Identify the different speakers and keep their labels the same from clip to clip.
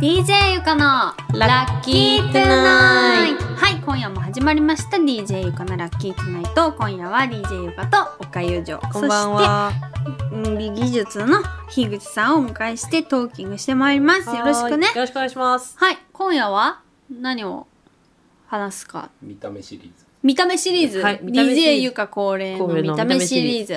Speaker 1: DJ ゆかの
Speaker 2: ラッキートゥナイト
Speaker 1: はい今夜も始まりました DJ ゆかのラッキートゥナイト今夜は DJ ゆかと岡友情
Speaker 2: こんばんは。
Speaker 1: そしてうん美技術の樋口さんをお迎えしてトーキングしてまいりますよろしくね
Speaker 2: はーいよろしくお願いします。
Speaker 1: はい今夜は何を話すか
Speaker 3: 見た目シリーズ
Speaker 1: 見た目シリーズ、
Speaker 2: はい見た目シリー
Speaker 1: DJ
Speaker 2: ズ
Speaker 1: ゆか恒例の
Speaker 2: 恒例の
Speaker 1: 見た目シリーズ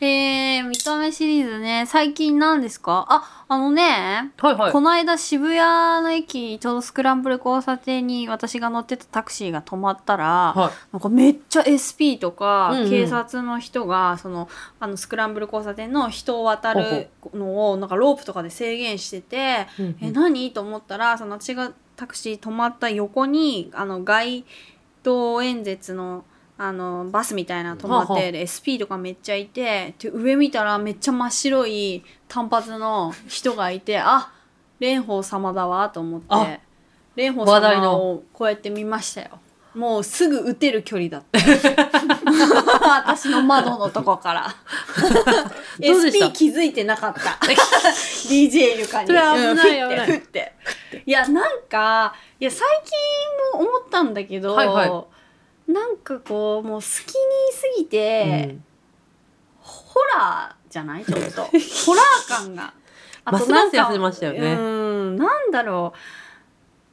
Speaker 1: えー、見た目シリーズね最近何ですかああのね
Speaker 2: はいは
Speaker 1: この間渋谷の駅ちょうどスクランブル交差点に私が乗ってたタクシーが止まったら、
Speaker 2: は
Speaker 1: なんかめっちゃ SP とか
Speaker 2: うんうん
Speaker 1: 警察の人がそのあのスクランブル交差点の人を渡るのをなんかロープとかで制限してて、
Speaker 2: い。
Speaker 1: え何と思ったらその私がタクシー止まった横にあの街頭演説のあのバスみたいなの止まって、
Speaker 2: はあはあ
Speaker 1: で SP とかめっちゃいてで上見たらめっちゃ真っ白い短髪の人がいてあ蓮舫様だわと思って
Speaker 2: あ
Speaker 1: 蓮舫
Speaker 2: 話題
Speaker 1: 様
Speaker 2: の
Speaker 1: をこうやって見ましたよ。もうすぐ打てる距離だっ た。私の窓のとこから。
Speaker 2: どうでした
Speaker 1: SP 気づいてなかった。DJ ゆかに。
Speaker 2: それは危ない
Speaker 1: うん
Speaker 2: 危な
Speaker 1: ふ
Speaker 2: い
Speaker 1: ってふって。いや、なんか、いや、最近も思ったんだけど、
Speaker 2: はいは
Speaker 1: なんかこう、もう好きにすぎて、ホラーじゃないちょっと。ホラー感が。
Speaker 2: ますます痩せましたよね
Speaker 1: うん、なんだろ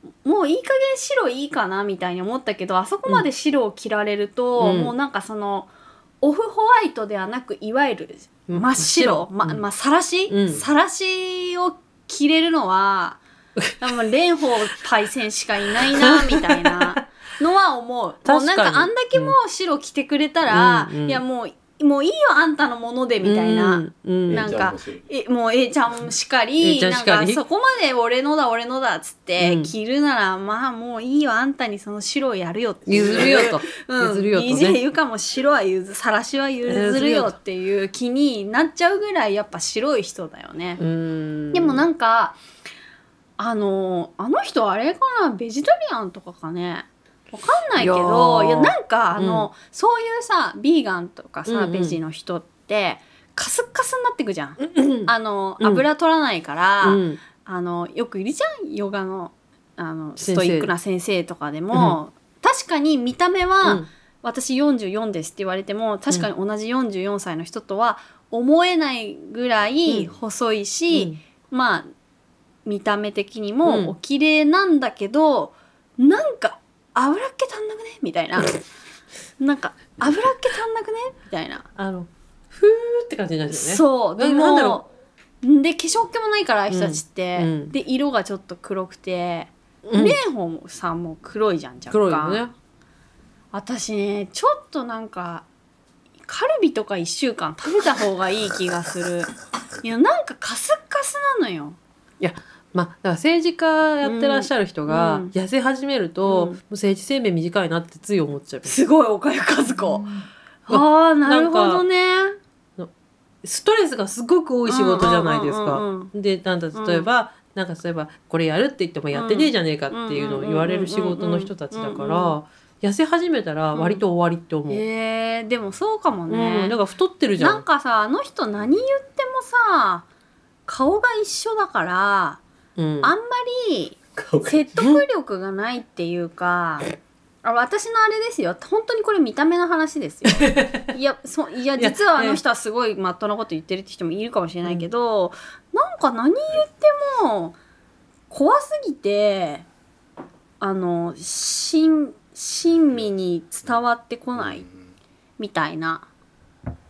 Speaker 1: う。もういい加減白いいかなみたいに思ったけど、あそこまで白を着られると、
Speaker 2: うん
Speaker 1: もうなんかその、オフホワイトではなく、いわゆる
Speaker 2: うん
Speaker 1: 真っ白、ま、
Speaker 2: うん
Speaker 1: まあ、さらし、
Speaker 2: うん
Speaker 1: さらしを着れるの は、多分、蓮舫パイセンしかいないな、みたいなのは思う。もうなん
Speaker 2: 確かに
Speaker 1: か、あんだけもう白着てくれたら、
Speaker 2: うんうん
Speaker 1: いや、もう、もういいよ、あんたのもので、みたいな。
Speaker 2: うんうん
Speaker 1: なんか
Speaker 3: じゃあ面白い
Speaker 1: えもう A ちゃんしか
Speaker 2: A
Speaker 1: り
Speaker 2: ちゃん
Speaker 1: な
Speaker 2: し
Speaker 1: ん
Speaker 2: かり
Speaker 1: かそこまで俺のだ俺のだっつって、
Speaker 2: うん
Speaker 1: 着るならまあもういいよあんたにその白やるよっていう
Speaker 2: 譲るよと。
Speaker 1: うん、
Speaker 2: 譲るよとね
Speaker 1: DJ ゆかも白は譲さらしは譲るよっていう気になっちゃうぐらいやっぱ白い人だよね、
Speaker 2: うん
Speaker 1: でもなんんかあのあの人あれかなベジタリアンとかかねわかんないけど
Speaker 2: い
Speaker 1: い
Speaker 2: や
Speaker 1: や
Speaker 2: ー
Speaker 1: なんかあの、そういうさビーガンとかさ、
Speaker 2: うんうん
Speaker 1: ベジの人ってカスッカスになってくじゃん
Speaker 2: うん
Speaker 1: あの、
Speaker 2: うん
Speaker 1: 油取らないから、
Speaker 2: うん
Speaker 1: あのよくいるじゃんヨガのあの
Speaker 2: 先
Speaker 1: ス
Speaker 2: 生
Speaker 1: トイックな先生とかでも、確かに見た目は、
Speaker 2: うん
Speaker 1: 私44ですって言われても確かに同じ44歳の人とは思えないぐらい
Speaker 2: うん
Speaker 1: 細いし、まあ見た目的にもお綺麗なんだけど、なんか油っ気足んなくねみた いな。なんか油っ気足んなくねみたいな。
Speaker 2: あのふーって感じなんですよね。
Speaker 1: そうで
Speaker 2: な
Speaker 1: も
Speaker 2: なんだろ
Speaker 1: で化粧気もないからああいう人たちって、
Speaker 2: うんうん
Speaker 1: で色がちょっと黒くて
Speaker 2: うん
Speaker 1: 蓮舫、さんも黒いじゃん若干
Speaker 2: 黒いよね。
Speaker 1: 私ねちょっとなんかカルビとか1週間食べた方がいい気がするいやなんかカスッカスなのよ
Speaker 2: まあ、だから政治家やってらっしゃる人
Speaker 1: う
Speaker 2: が
Speaker 1: んうん
Speaker 2: 痩せ始めると、
Speaker 1: うん
Speaker 2: もう政治生命短いなってつい思っちゃう。
Speaker 1: すごい岡谷和子、
Speaker 2: うん
Speaker 1: ああなるほどね
Speaker 2: ストレスがすごく多い仕事じゃないです
Speaker 1: うんう
Speaker 2: か。
Speaker 1: んうんうん
Speaker 2: でなんだ例えば、なんか例えばこれやるって言ってもやってねえじゃねえかっていうのを言われる仕事の人たちだ
Speaker 1: うんうんうんうん
Speaker 2: から痩せ始めたら割と終わりって思う。
Speaker 1: えーでもそうかもね、
Speaker 2: うん、だから太ってるじゃん。
Speaker 1: なんかさあの人何言ってもさ顔が一緒だから
Speaker 2: うん、
Speaker 1: あんまり
Speaker 3: 顔が
Speaker 1: 説得力がないっていうかあ私のあれですよ本当にこれ見た目の話です よいやそいや
Speaker 2: いや
Speaker 1: 実はあの人はすごいまっとうなこと言ってるって人もいるかもしれないけど、なんか何言っても怖すぎてあの親親身に伝わってこないみたいな。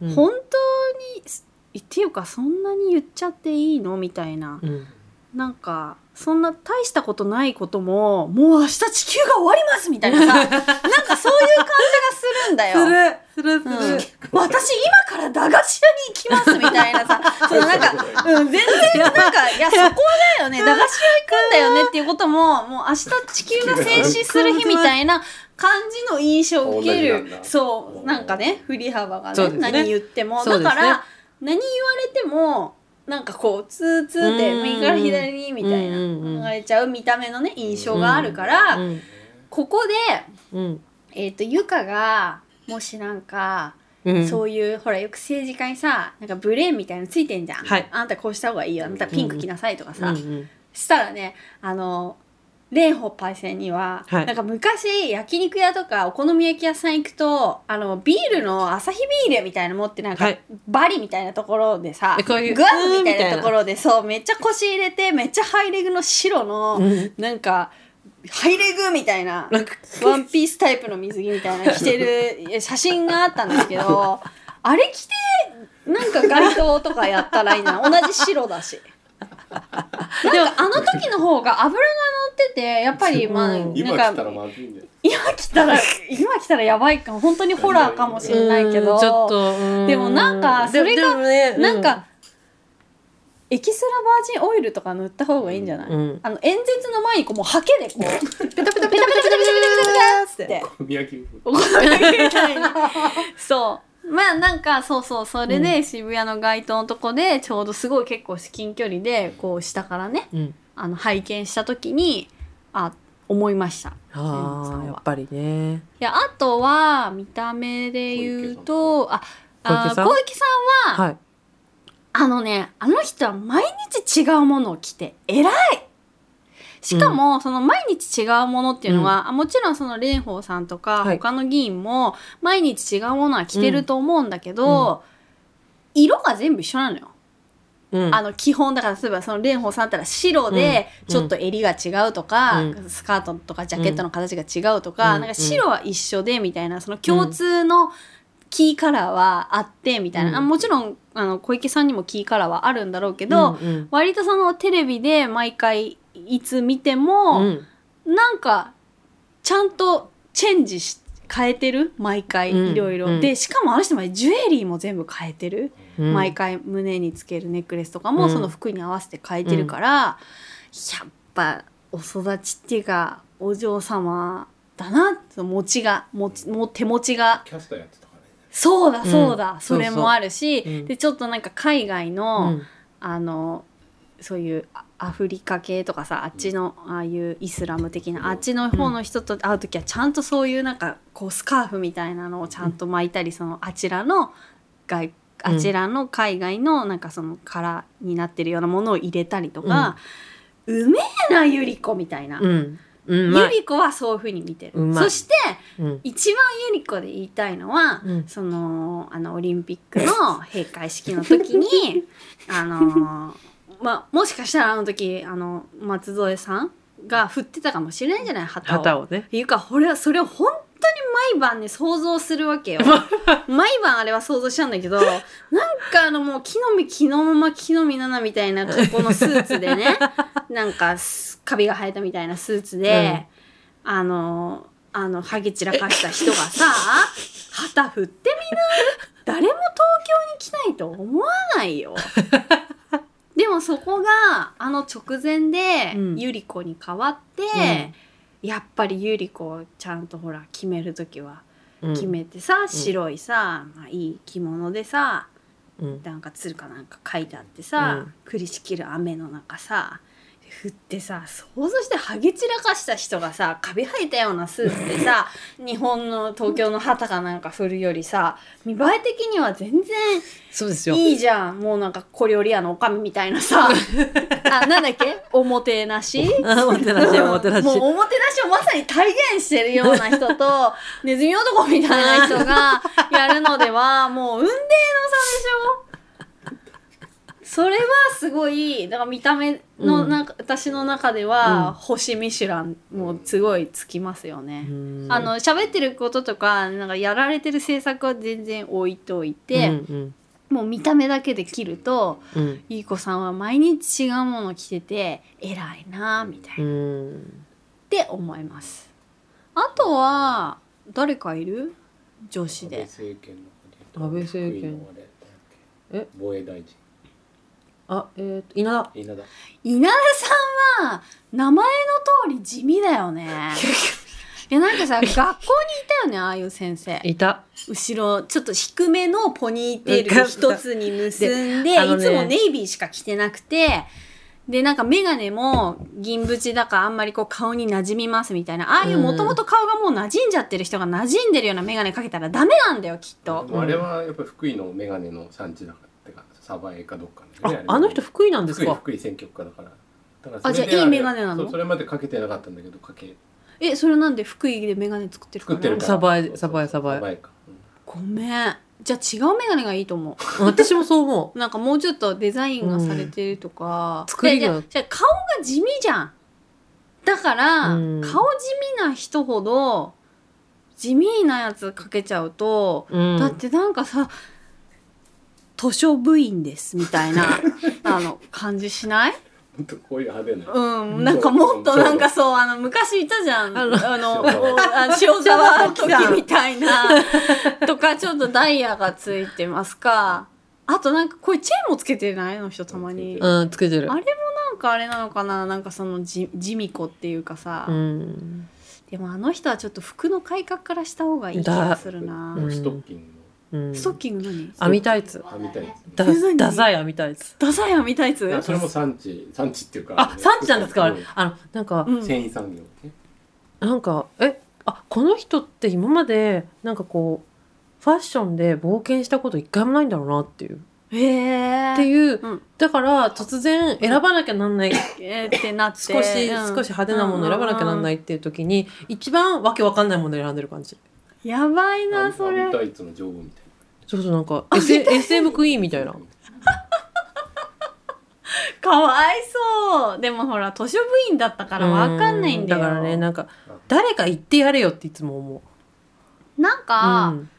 Speaker 2: うん
Speaker 1: 本当にっていうかそんなに言っちゃっていいのみたいな
Speaker 2: うん
Speaker 1: なんかそんな大したことないことももう明日地球が終わりますみたいなさなんかそういう感じがするんだ
Speaker 2: す
Speaker 1: よ。
Speaker 2: るするす
Speaker 1: うん、
Speaker 2: る
Speaker 1: 私今から駄菓子屋に行きますみたいな さそのなんか、うん、全然なんかいやそこだよね駄菓子屋行くんだよねっていうことももう明日地球が静止する日みたいな感じの印象を受け
Speaker 3: 同じなん
Speaker 1: る
Speaker 3: だ
Speaker 1: そうなんかね振り幅が
Speaker 2: そう
Speaker 1: ね
Speaker 2: ですね
Speaker 1: 何言っても、
Speaker 2: そう
Speaker 1: だ
Speaker 2: です
Speaker 1: か
Speaker 2: ね
Speaker 1: ら何言われてもなんかこうツーツーで
Speaker 2: うん
Speaker 1: 右から左にみたいな
Speaker 2: うんうん
Speaker 1: 流れちゃう見た目のね印象があるから、
Speaker 2: うん
Speaker 1: ここで、
Speaker 2: うん
Speaker 1: えー、とゆかがもしなんか。
Speaker 2: うん、
Speaker 1: そういうほらよく政治家にさなんかブレーンみたいのついてんじゃん、
Speaker 2: はい
Speaker 1: あんたこうした方がいいよあんたピンク着なさいとかさ、
Speaker 2: うんうん
Speaker 1: したらねあの蓮舫パイセンには、
Speaker 2: はい
Speaker 1: なんか昔焼肉屋とかお好み焼き屋さん行くとあのビールのアサヒビールみたいなの持ってなんか、
Speaker 2: はい
Speaker 1: バリみたいなところでさ
Speaker 2: えこういう
Speaker 1: グアム
Speaker 2: うーん
Speaker 1: みた
Speaker 2: みた
Speaker 1: い
Speaker 2: い
Speaker 1: な
Speaker 2: な
Speaker 1: ところでそうめっちゃ腰入れてめっちゃハイレグの白の、
Speaker 2: うん
Speaker 1: なんかハイレグみたいな
Speaker 2: なんか
Speaker 1: ワンピースタイプの水着みたいな着てる え写真があったんですけど、あれ着て、なんか街灯とかやったらいいな。同じ白だし。なんかあの時の方が油が乗ってて、やっぱりまあ、
Speaker 2: うん
Speaker 3: 今
Speaker 1: な
Speaker 3: 来
Speaker 1: ん
Speaker 3: たら
Speaker 1: か、
Speaker 3: まずいんだよ
Speaker 1: 今来たら、今来たらやばいかも。本当にホラーかもしれないけ
Speaker 2: う
Speaker 1: ど、
Speaker 2: んちょっとうん
Speaker 1: でもなんかそれが
Speaker 2: ででもねう
Speaker 1: なんか、エキストラバージンオイルとか塗った方がいいんじゃない、
Speaker 2: うん
Speaker 1: あの演説の前にこうもうハケでこうペタペタペタペタペタペタペタペタペタって
Speaker 3: 小宮城
Speaker 1: お好み焼きみたいな そうまあなんかそうそうそれで渋谷の街頭のとこでちょうどすごい結構至近距離でこう下からね
Speaker 2: うん
Speaker 1: あの拝見した時にあ思いました
Speaker 2: あ
Speaker 1: う
Speaker 2: あ
Speaker 1: ん
Speaker 2: やっぱりね
Speaker 1: いやあとは見た目で言うとああ
Speaker 2: 小池さん
Speaker 1: 小池さん
Speaker 2: はい
Speaker 1: あのねあの人は毎日違うものを着て偉いしかも、その毎日違うものっていうのは、あもちろんその蓮舫さんとか
Speaker 2: はい
Speaker 1: 他の議員も毎日違うものは着てると思うんだけど、色が全部一緒なのよ。
Speaker 2: うん
Speaker 1: あの基本だから例えばその蓮舫さんだったら白で
Speaker 2: うん
Speaker 1: ちょっと襟が違うとか、
Speaker 2: うん
Speaker 1: スカートとかジャケットの形が違うとか、
Speaker 2: うん
Speaker 1: なんか白は一緒でみたいなその共通のキーカラーはあってみたいな、
Speaker 2: うん
Speaker 1: あもちろんあの小池さんにもキーカラーはあるんだろうけ
Speaker 2: け
Speaker 1: ど、割とそのテレビで毎回いつ見ても、なんかちゃんとチェンジし変えてる毎回
Speaker 2: うん
Speaker 1: いろいろ、
Speaker 2: うん
Speaker 1: でしかもあの人までジュエリーも全部変えてる。毎回胸につけるネックレスとかも
Speaker 2: うん
Speaker 1: その服に合わせて変えてるから、やっぱお育ちっていうかお嬢様だなその持ちが持ちもう手持ちが
Speaker 3: キャスターやってたからね
Speaker 1: そうだそうだ、
Speaker 2: うん
Speaker 1: それもあるし
Speaker 2: そうそううん
Speaker 1: でちょっとなんか海外の、あのそういうアアフリカ系とかさあっちのああいうイスラム的なあっちの方の人と会う時はちゃんとそういうなんかこうスカーフみたいなのをちゃんと巻いたりそのあちらの外あちらの海外のなんかその殻になってるようなものを入れたりとか、うめえなゆり子みたいな、
Speaker 2: うんうんま
Speaker 1: ゆ
Speaker 2: あ
Speaker 1: り子はそういうふうに見て
Speaker 2: う
Speaker 1: る
Speaker 2: まい
Speaker 1: そして
Speaker 2: うん
Speaker 1: 一番ユニコで言いたいのは、
Speaker 2: うん
Speaker 1: そのあのオリンピックの閉会式の時 にあのまあもしかしたらあの時あの松添さんが振ってたかもしれないじゃない旗を。
Speaker 2: 旗をね
Speaker 1: いうか俺はそれを本当に毎晩ね想像するわけよ毎晩あれは想像しちゃうんだけどなんかあのもう木の実木のまま木の実ななみたいな格好のスーツでねなんかすカビが生えたみたいなスーツで、あのあのハゲ散らかした人がさ旗振ってみな誰も東京に来ないと思わないよ。でもそこがあの直前で
Speaker 2: うん
Speaker 1: ゆり子に変わって、やっぱりゆり子をちゃんとほら決める時は
Speaker 2: うん
Speaker 1: 決めてさ、白いさ、まあ、いい着物でさ
Speaker 2: うん
Speaker 1: なんか鶴かなんか書いてあってさ、
Speaker 2: うん
Speaker 1: 降りしきる雨の中さ降ってさ想像してハゲ散らかした人がさカビ生えたようなスーツでさ 日本の東京の旗かなんか振るよりさ見栄え的には全然
Speaker 2: そうですよ
Speaker 1: いいじゃんもうなんか小料理屋のおかみみたいな さあなんだっけおもてなし
Speaker 2: あおもてな しおもてなし
Speaker 1: もうおもてなしをまさに体現してるような人 とネズミ男みたいな人がやるのではもう運命の差でしょそれはすごいだから見た目のな、私の中では、
Speaker 2: うん
Speaker 1: 星ミシュランもうすごいつきますよね。
Speaker 2: うん
Speaker 1: あの喋ってることとかなんかやられてる制作は全然置いといて、
Speaker 2: うん
Speaker 1: もう見た目だけで切ると
Speaker 2: うんうん
Speaker 1: ゆい子さんは毎日違うもの着てて偉いなあみたいな。
Speaker 2: うん
Speaker 1: って思いますあとは誰かいる女子
Speaker 3: 安倍
Speaker 1: で
Speaker 3: 政権の方
Speaker 2: 安倍政権
Speaker 3: 福井のあれなんだっけ
Speaker 2: え
Speaker 3: 防衛大臣
Speaker 2: あえーと稲田
Speaker 3: 稲田
Speaker 1: 稲田さんは名前の通り地味だよ ねいやなんかさ学校にいたよねああいう先生
Speaker 2: いた
Speaker 1: 後ろちょっと低めのポニーテール一つに結んで
Speaker 2: であの
Speaker 1: い
Speaker 2: ね
Speaker 1: つもネイビーしか着てなくてでなんか眼鏡も銀縁だからあんまりこう顔に馴染みますみたいなああいうもともと顔がもう馴染んじゃってる人が馴染んでるような眼鏡かけたらダメなんだよきっと
Speaker 3: で。もあれはやっぱり福井のメガネの産地だからってか鯖江かどっかね
Speaker 2: ああの人福井なんです
Speaker 3: 福井
Speaker 2: か
Speaker 3: 福井選挙区かだからだから
Speaker 1: あ
Speaker 3: それで
Speaker 1: じゃあいいメガネなの
Speaker 3: そうそれまでかけてなかったんだけどかけ
Speaker 1: えそれなんで福井でメガネ作ってるか
Speaker 3: 作
Speaker 1: ら
Speaker 3: ってるから
Speaker 2: サバエ
Speaker 3: そうそう
Speaker 2: サバエサバエ
Speaker 3: サバエか、うん
Speaker 1: ごめんじゃあ違うメガネがいいと思う
Speaker 2: 私もそう思
Speaker 1: なんかもうちょっとデザインがされてるとか、
Speaker 2: うん作り
Speaker 1: で
Speaker 2: が
Speaker 1: じゃあじゃあ顔が地味じゃんだから、
Speaker 2: うん
Speaker 1: 顔地味な人ほど地味なやつかけちゃうと、
Speaker 2: う、うん、
Speaker 1: だってなんかさ図書部員ですみたい なあの感じしない
Speaker 3: ほん とこういう派手な、
Speaker 1: うん、なんかもっとなんかそう、あの、昔いたじゃん。あ
Speaker 2: あ
Speaker 1: の、
Speaker 2: の
Speaker 1: あ塩沢 時みたいな、とか、ちょっとダイヤがついてますか。あとなんか、これチェーンもつけてないあの人たまに。な
Speaker 2: うんつけてる
Speaker 1: あんかあれなのかななんかそのじ、地味子っていうかさ。
Speaker 2: うん
Speaker 1: でもあの人はちょっと服の改革からした方がいい気がするな。
Speaker 2: だうん
Speaker 3: ストッキング
Speaker 2: うん
Speaker 1: ストッキング何
Speaker 2: 編みタイツ
Speaker 3: のはみたいですね
Speaker 2: だ
Speaker 1: 何
Speaker 2: ダサい編みタイツ
Speaker 1: ダサい編みたいつ
Speaker 3: いやそれも産地産地っていうか
Speaker 2: あ産地なんですかあ
Speaker 3: う
Speaker 2: れあのなんか、
Speaker 1: うん。
Speaker 3: 繊維産業ね
Speaker 2: なんかえあこの人って今までなんかこうファッションで冒険したこと一回もないんだろうなっていう、
Speaker 1: へえ。
Speaker 2: っていう、
Speaker 1: うん
Speaker 2: だから突然選ばなきゃなんない、
Speaker 1: えーってなって。
Speaker 2: 少し、
Speaker 1: うん
Speaker 2: 少し派手なもの選ばなきゃなんないっていう時に、一番わけわかんないもの選んでる感じ
Speaker 1: やばいな、それ
Speaker 3: アミ。タイツの女王みたい
Speaker 2: そうそうなんか S SM クイーンみたいな
Speaker 1: かわいそうでもほら図書部員だったからわかんないんだよ
Speaker 2: うだからねなんか誰か言ってやれよっていつも思う
Speaker 1: なんか、
Speaker 2: うん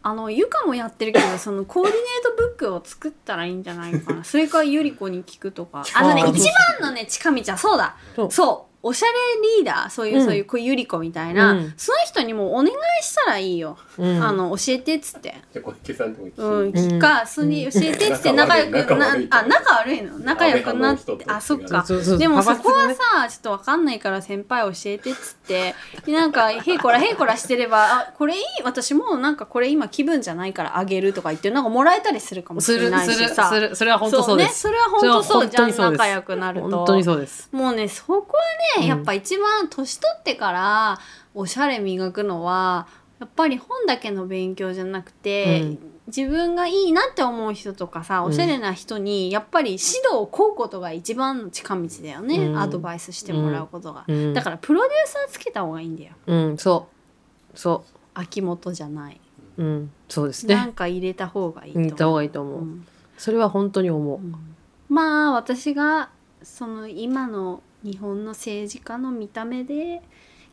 Speaker 1: あのゆかもやってるけどそのコーディネートブックを作ったらいいんじゃないかなそれかゆり子に聞くとかあのね
Speaker 2: あー
Speaker 1: 一番のね近道はそうだそ
Speaker 2: そうう
Speaker 1: おしゃれリーダーそういう、
Speaker 2: うん
Speaker 1: そういうこうゆり子みたいな、
Speaker 2: うん
Speaker 1: その人にもうお願いしたらいいよ、
Speaker 2: うん
Speaker 1: あの教えてっつって。
Speaker 3: じゃあ小池さんでも一
Speaker 1: う
Speaker 3: 緒
Speaker 1: ん、
Speaker 3: に
Speaker 1: 聞か、それに教えてっつって仲良く
Speaker 3: 仲
Speaker 1: な
Speaker 3: 悪い、
Speaker 1: あ、仲悪いの仲良くなって
Speaker 3: 安倍派の人と、違う
Speaker 1: あ、そっか。
Speaker 2: そうそうそう
Speaker 1: でもそ
Speaker 2: 派
Speaker 1: こは
Speaker 2: 閥
Speaker 1: さ
Speaker 2: ね
Speaker 1: ちょっとわかんないから先輩教えてっつってなんかへいこらへいこらしてればあこれいい私もうなんかこれ今気分じゃないからあげるとか言ってなんかもらえたりするかもし
Speaker 2: す
Speaker 1: れ
Speaker 2: る
Speaker 1: ない
Speaker 2: す
Speaker 1: し
Speaker 2: る
Speaker 1: さ
Speaker 2: するそれは本当そう
Speaker 1: ね
Speaker 2: です
Speaker 1: それは本当そうじゃん
Speaker 2: それは本当にそうです
Speaker 1: 仲良くなると
Speaker 2: 本当にそうです
Speaker 1: もうねそこはね、
Speaker 2: うん
Speaker 1: やっぱ一番年取ってからおしゃれ磨くのはやっぱり本だけの勉強じゃなくて、
Speaker 2: うん
Speaker 1: 自分がいいなって思う人とかさおしゃれな人にやっぱり指導をこうことが一番の近道だよね、
Speaker 2: うん
Speaker 1: アドバイスしてもらうことが、
Speaker 2: うん
Speaker 1: だからプロデューサーつけた方がいいんだよ
Speaker 2: うん、そう。そ
Speaker 1: 秋元じゃない、
Speaker 2: う。うん、そうです
Speaker 1: な
Speaker 2: ね
Speaker 1: ん。か入れた方がいいと
Speaker 2: 言
Speaker 1: 思う
Speaker 2: った方がいいと思う。
Speaker 1: うん
Speaker 2: それは本当に思う。
Speaker 1: まあ私がその今の日本の政治家の見た目で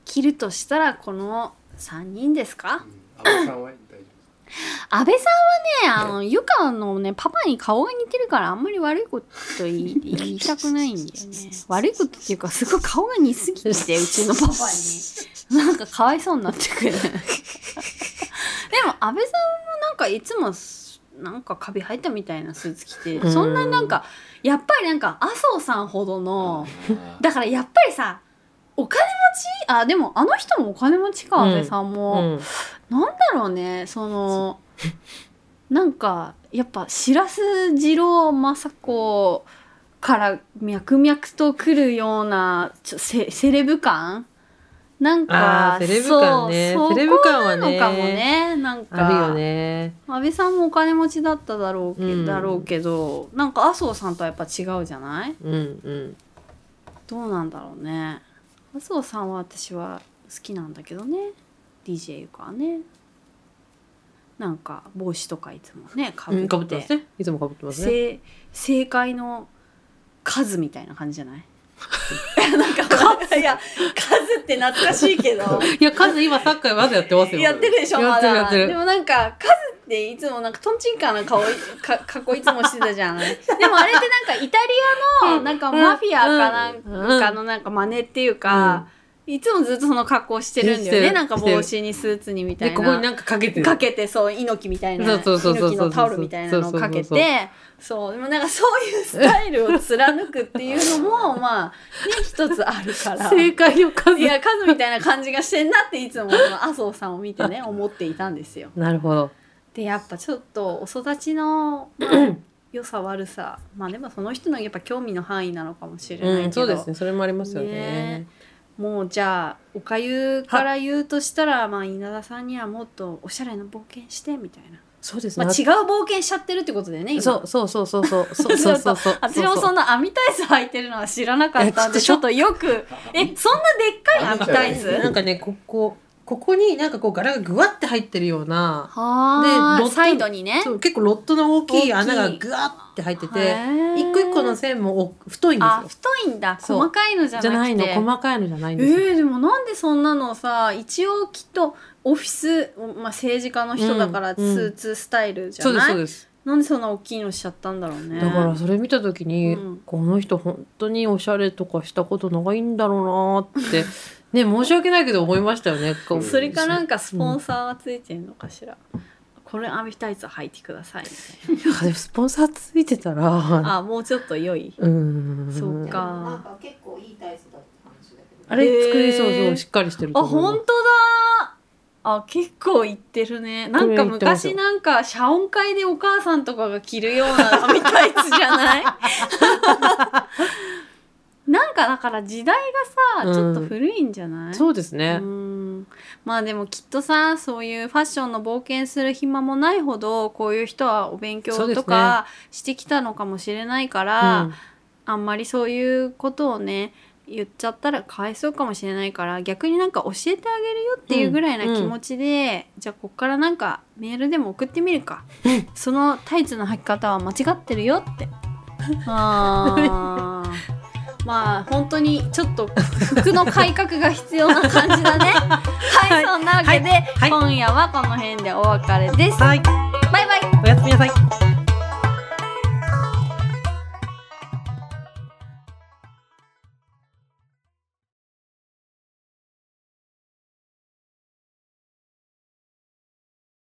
Speaker 1: 切るとしたらこの3人ですか
Speaker 3: 安倍さんは大丈夫です
Speaker 1: 安倍さんはねあのゆかのねパパに顔が似てるからあんまり悪いこと言い言いたくないんだよね 悪いことっていうかすごい顔が似すぎてうちのパパ になんかかわいそうになってくるでも安倍さんもなんかいつもなんかカビ生えたみたいなスーツ着てそんなになんかやっぱりなんか麻生さんほどの
Speaker 3: あー
Speaker 1: だからやっぱりさお金持ちあでもあの人もお金持ちか
Speaker 2: うん
Speaker 1: 安倍さんも。
Speaker 2: うん、
Speaker 1: なんだろうねそのなんかやっぱ白洲次郎政子から脈々と来るようなちょセセレブ感なんか
Speaker 2: あーセレブ感ね
Speaker 1: そう
Speaker 2: セレブ感は
Speaker 1: そこなの
Speaker 2: ね
Speaker 1: かもねなんか
Speaker 2: あるよね。
Speaker 1: 安倍さんもお金持ちだっただろうけ,、
Speaker 2: うん
Speaker 1: だろうけどなんか麻生さんとはやっぱ違うじゃない
Speaker 2: うんうん。
Speaker 1: どうなんだろうね麻生さんは私は好きなんだけどね DJ ゆかはねなんか帽子とかいつもねかぶ
Speaker 2: う
Speaker 1: っ
Speaker 2: ん、
Speaker 1: て,、
Speaker 2: かぶってますね。いつもかぶってますね。
Speaker 1: 正正解の数みたいな感じじ ゃないなんかいや数って懐かしい けど
Speaker 2: いや、カズ今サッカーまだやってますよ。
Speaker 1: やってるでしょ
Speaker 2: や
Speaker 1: ま
Speaker 2: ってる
Speaker 1: だ
Speaker 2: やってる
Speaker 1: でもなんか数っていつもなんかとんちんかんな顔いか格好いつもしてたじ ゃないでもあれってなんかイタリアのなんかマフィアかなんか
Speaker 2: うん
Speaker 1: のなんか真似っていうか、いつもずっとその格好してるんだよ
Speaker 2: して
Speaker 1: ね
Speaker 2: る
Speaker 1: なんか帽子にスーツにみたい
Speaker 2: で、
Speaker 1: な
Speaker 2: ここになんかかけてる。
Speaker 1: かけてそう猪木みたいな
Speaker 2: そうそうそうそう
Speaker 1: 猪木のタオルみたいなのをかけ
Speaker 2: そうそうそう
Speaker 1: てそうでもなんかそういうスタイルを貫くっていうのもまあね一つあるから
Speaker 2: 正解のカ
Speaker 1: い
Speaker 2: ズ。
Speaker 1: やカズみたいな感じがしてんなっていつもその麻生さんを見 てね思っていたんですよ。
Speaker 2: なるほど。
Speaker 1: でやっぱちょっとお育ちの、まあ 良さ悪さまあでもその人のやっぱ興味の範囲なのかもしれないけど、
Speaker 2: うん、そうですね。それもありますよね
Speaker 1: ね。もうじゃあおかゆから言うとしたら、まあ稲田さんにはもっとおしゃれな冒険してみたいな
Speaker 2: そうです
Speaker 1: ま
Speaker 2: ね。
Speaker 1: あ、違う冒険しちゃってるってことだよね今
Speaker 2: そうそうそうそうそう そうそうそうそう。
Speaker 1: 私もそんな網タイツ履いてるのは知らなかったん
Speaker 2: え
Speaker 1: で
Speaker 2: ち
Speaker 1: ち
Speaker 2: ょ
Speaker 1: ょ
Speaker 2: っ
Speaker 1: っとよくえそんなでっかい網タイツ
Speaker 2: なんかねここここになんかこう柄がぐわって入ってるような。
Speaker 1: は
Speaker 2: でロ
Speaker 1: あ
Speaker 2: ット
Speaker 1: サイドにね
Speaker 2: そう結構ロットの大きい穴が
Speaker 1: 大きい
Speaker 2: ぐわって入って
Speaker 1: へ
Speaker 2: て
Speaker 1: ー
Speaker 2: 一個一個の線もお太いんで
Speaker 1: あ
Speaker 2: す
Speaker 1: 太いんだ
Speaker 2: そう
Speaker 1: 細かいのじゃ
Speaker 2: よ
Speaker 1: なくて
Speaker 2: じゃないの細かいのじゃないん
Speaker 1: え
Speaker 2: ですよ、
Speaker 1: ー、でもなんでそんなのさ一応きっとオフィス、まあ、政治家の人だから
Speaker 2: うん
Speaker 1: スーツスタイルじ
Speaker 2: そ
Speaker 1: ゃ
Speaker 2: うです
Speaker 1: ない、
Speaker 2: そうです
Speaker 1: なんでそんな大きいのしちゃったんだろうね
Speaker 2: だからそれ見た時に、
Speaker 1: うん
Speaker 2: この人本当におしゃれとかしたことないんだろうなーって ね申し訳ないけど思いましたよねこう
Speaker 1: それかなんかスポンサーがついてんのかしら、これ網タイツ履いてくださいみたい
Speaker 2: いやでもスポンサーついてたら
Speaker 1: なあもうちょっと良いう
Speaker 2: ーん
Speaker 1: そうか
Speaker 4: なんか結構いい体質だって話だけど
Speaker 2: あれ作りそう
Speaker 1: へ
Speaker 2: そう
Speaker 1: ー
Speaker 2: しっかりしてると
Speaker 1: あ
Speaker 2: 思います
Speaker 1: 本当だあ結構行ってるねなん
Speaker 2: これ
Speaker 1: か
Speaker 2: 行ってます
Speaker 1: 昔なんか謝恩会でお母さんとかが着るような 網タイツじゃないなんかだから時代がさ、
Speaker 2: うん
Speaker 1: ちょっと古いんじゃない
Speaker 2: そうですね
Speaker 1: う、んまあでもきっとさそういうファッションの冒険する暇もないほどこういう人はお勉
Speaker 2: そう
Speaker 1: 強
Speaker 2: です
Speaker 1: と
Speaker 2: ね
Speaker 1: かしてきたのかもしれないから、
Speaker 2: うん
Speaker 1: あんまりそういうことをね言っちゃったらかわいそうかもしれないから逆になんか教えてあげるよっていうぐらいな気持ちで、じゃあこっからなんかメールでも送ってみるか、そのタイツの履き方は間違ってるよってあー まあ本当にちょっと服の改革が必要な感じだねはい、そんなわけで、
Speaker 2: はい
Speaker 1: 今夜はこの辺でお別れです、
Speaker 2: はい
Speaker 1: バイバイ
Speaker 2: おやすみなさい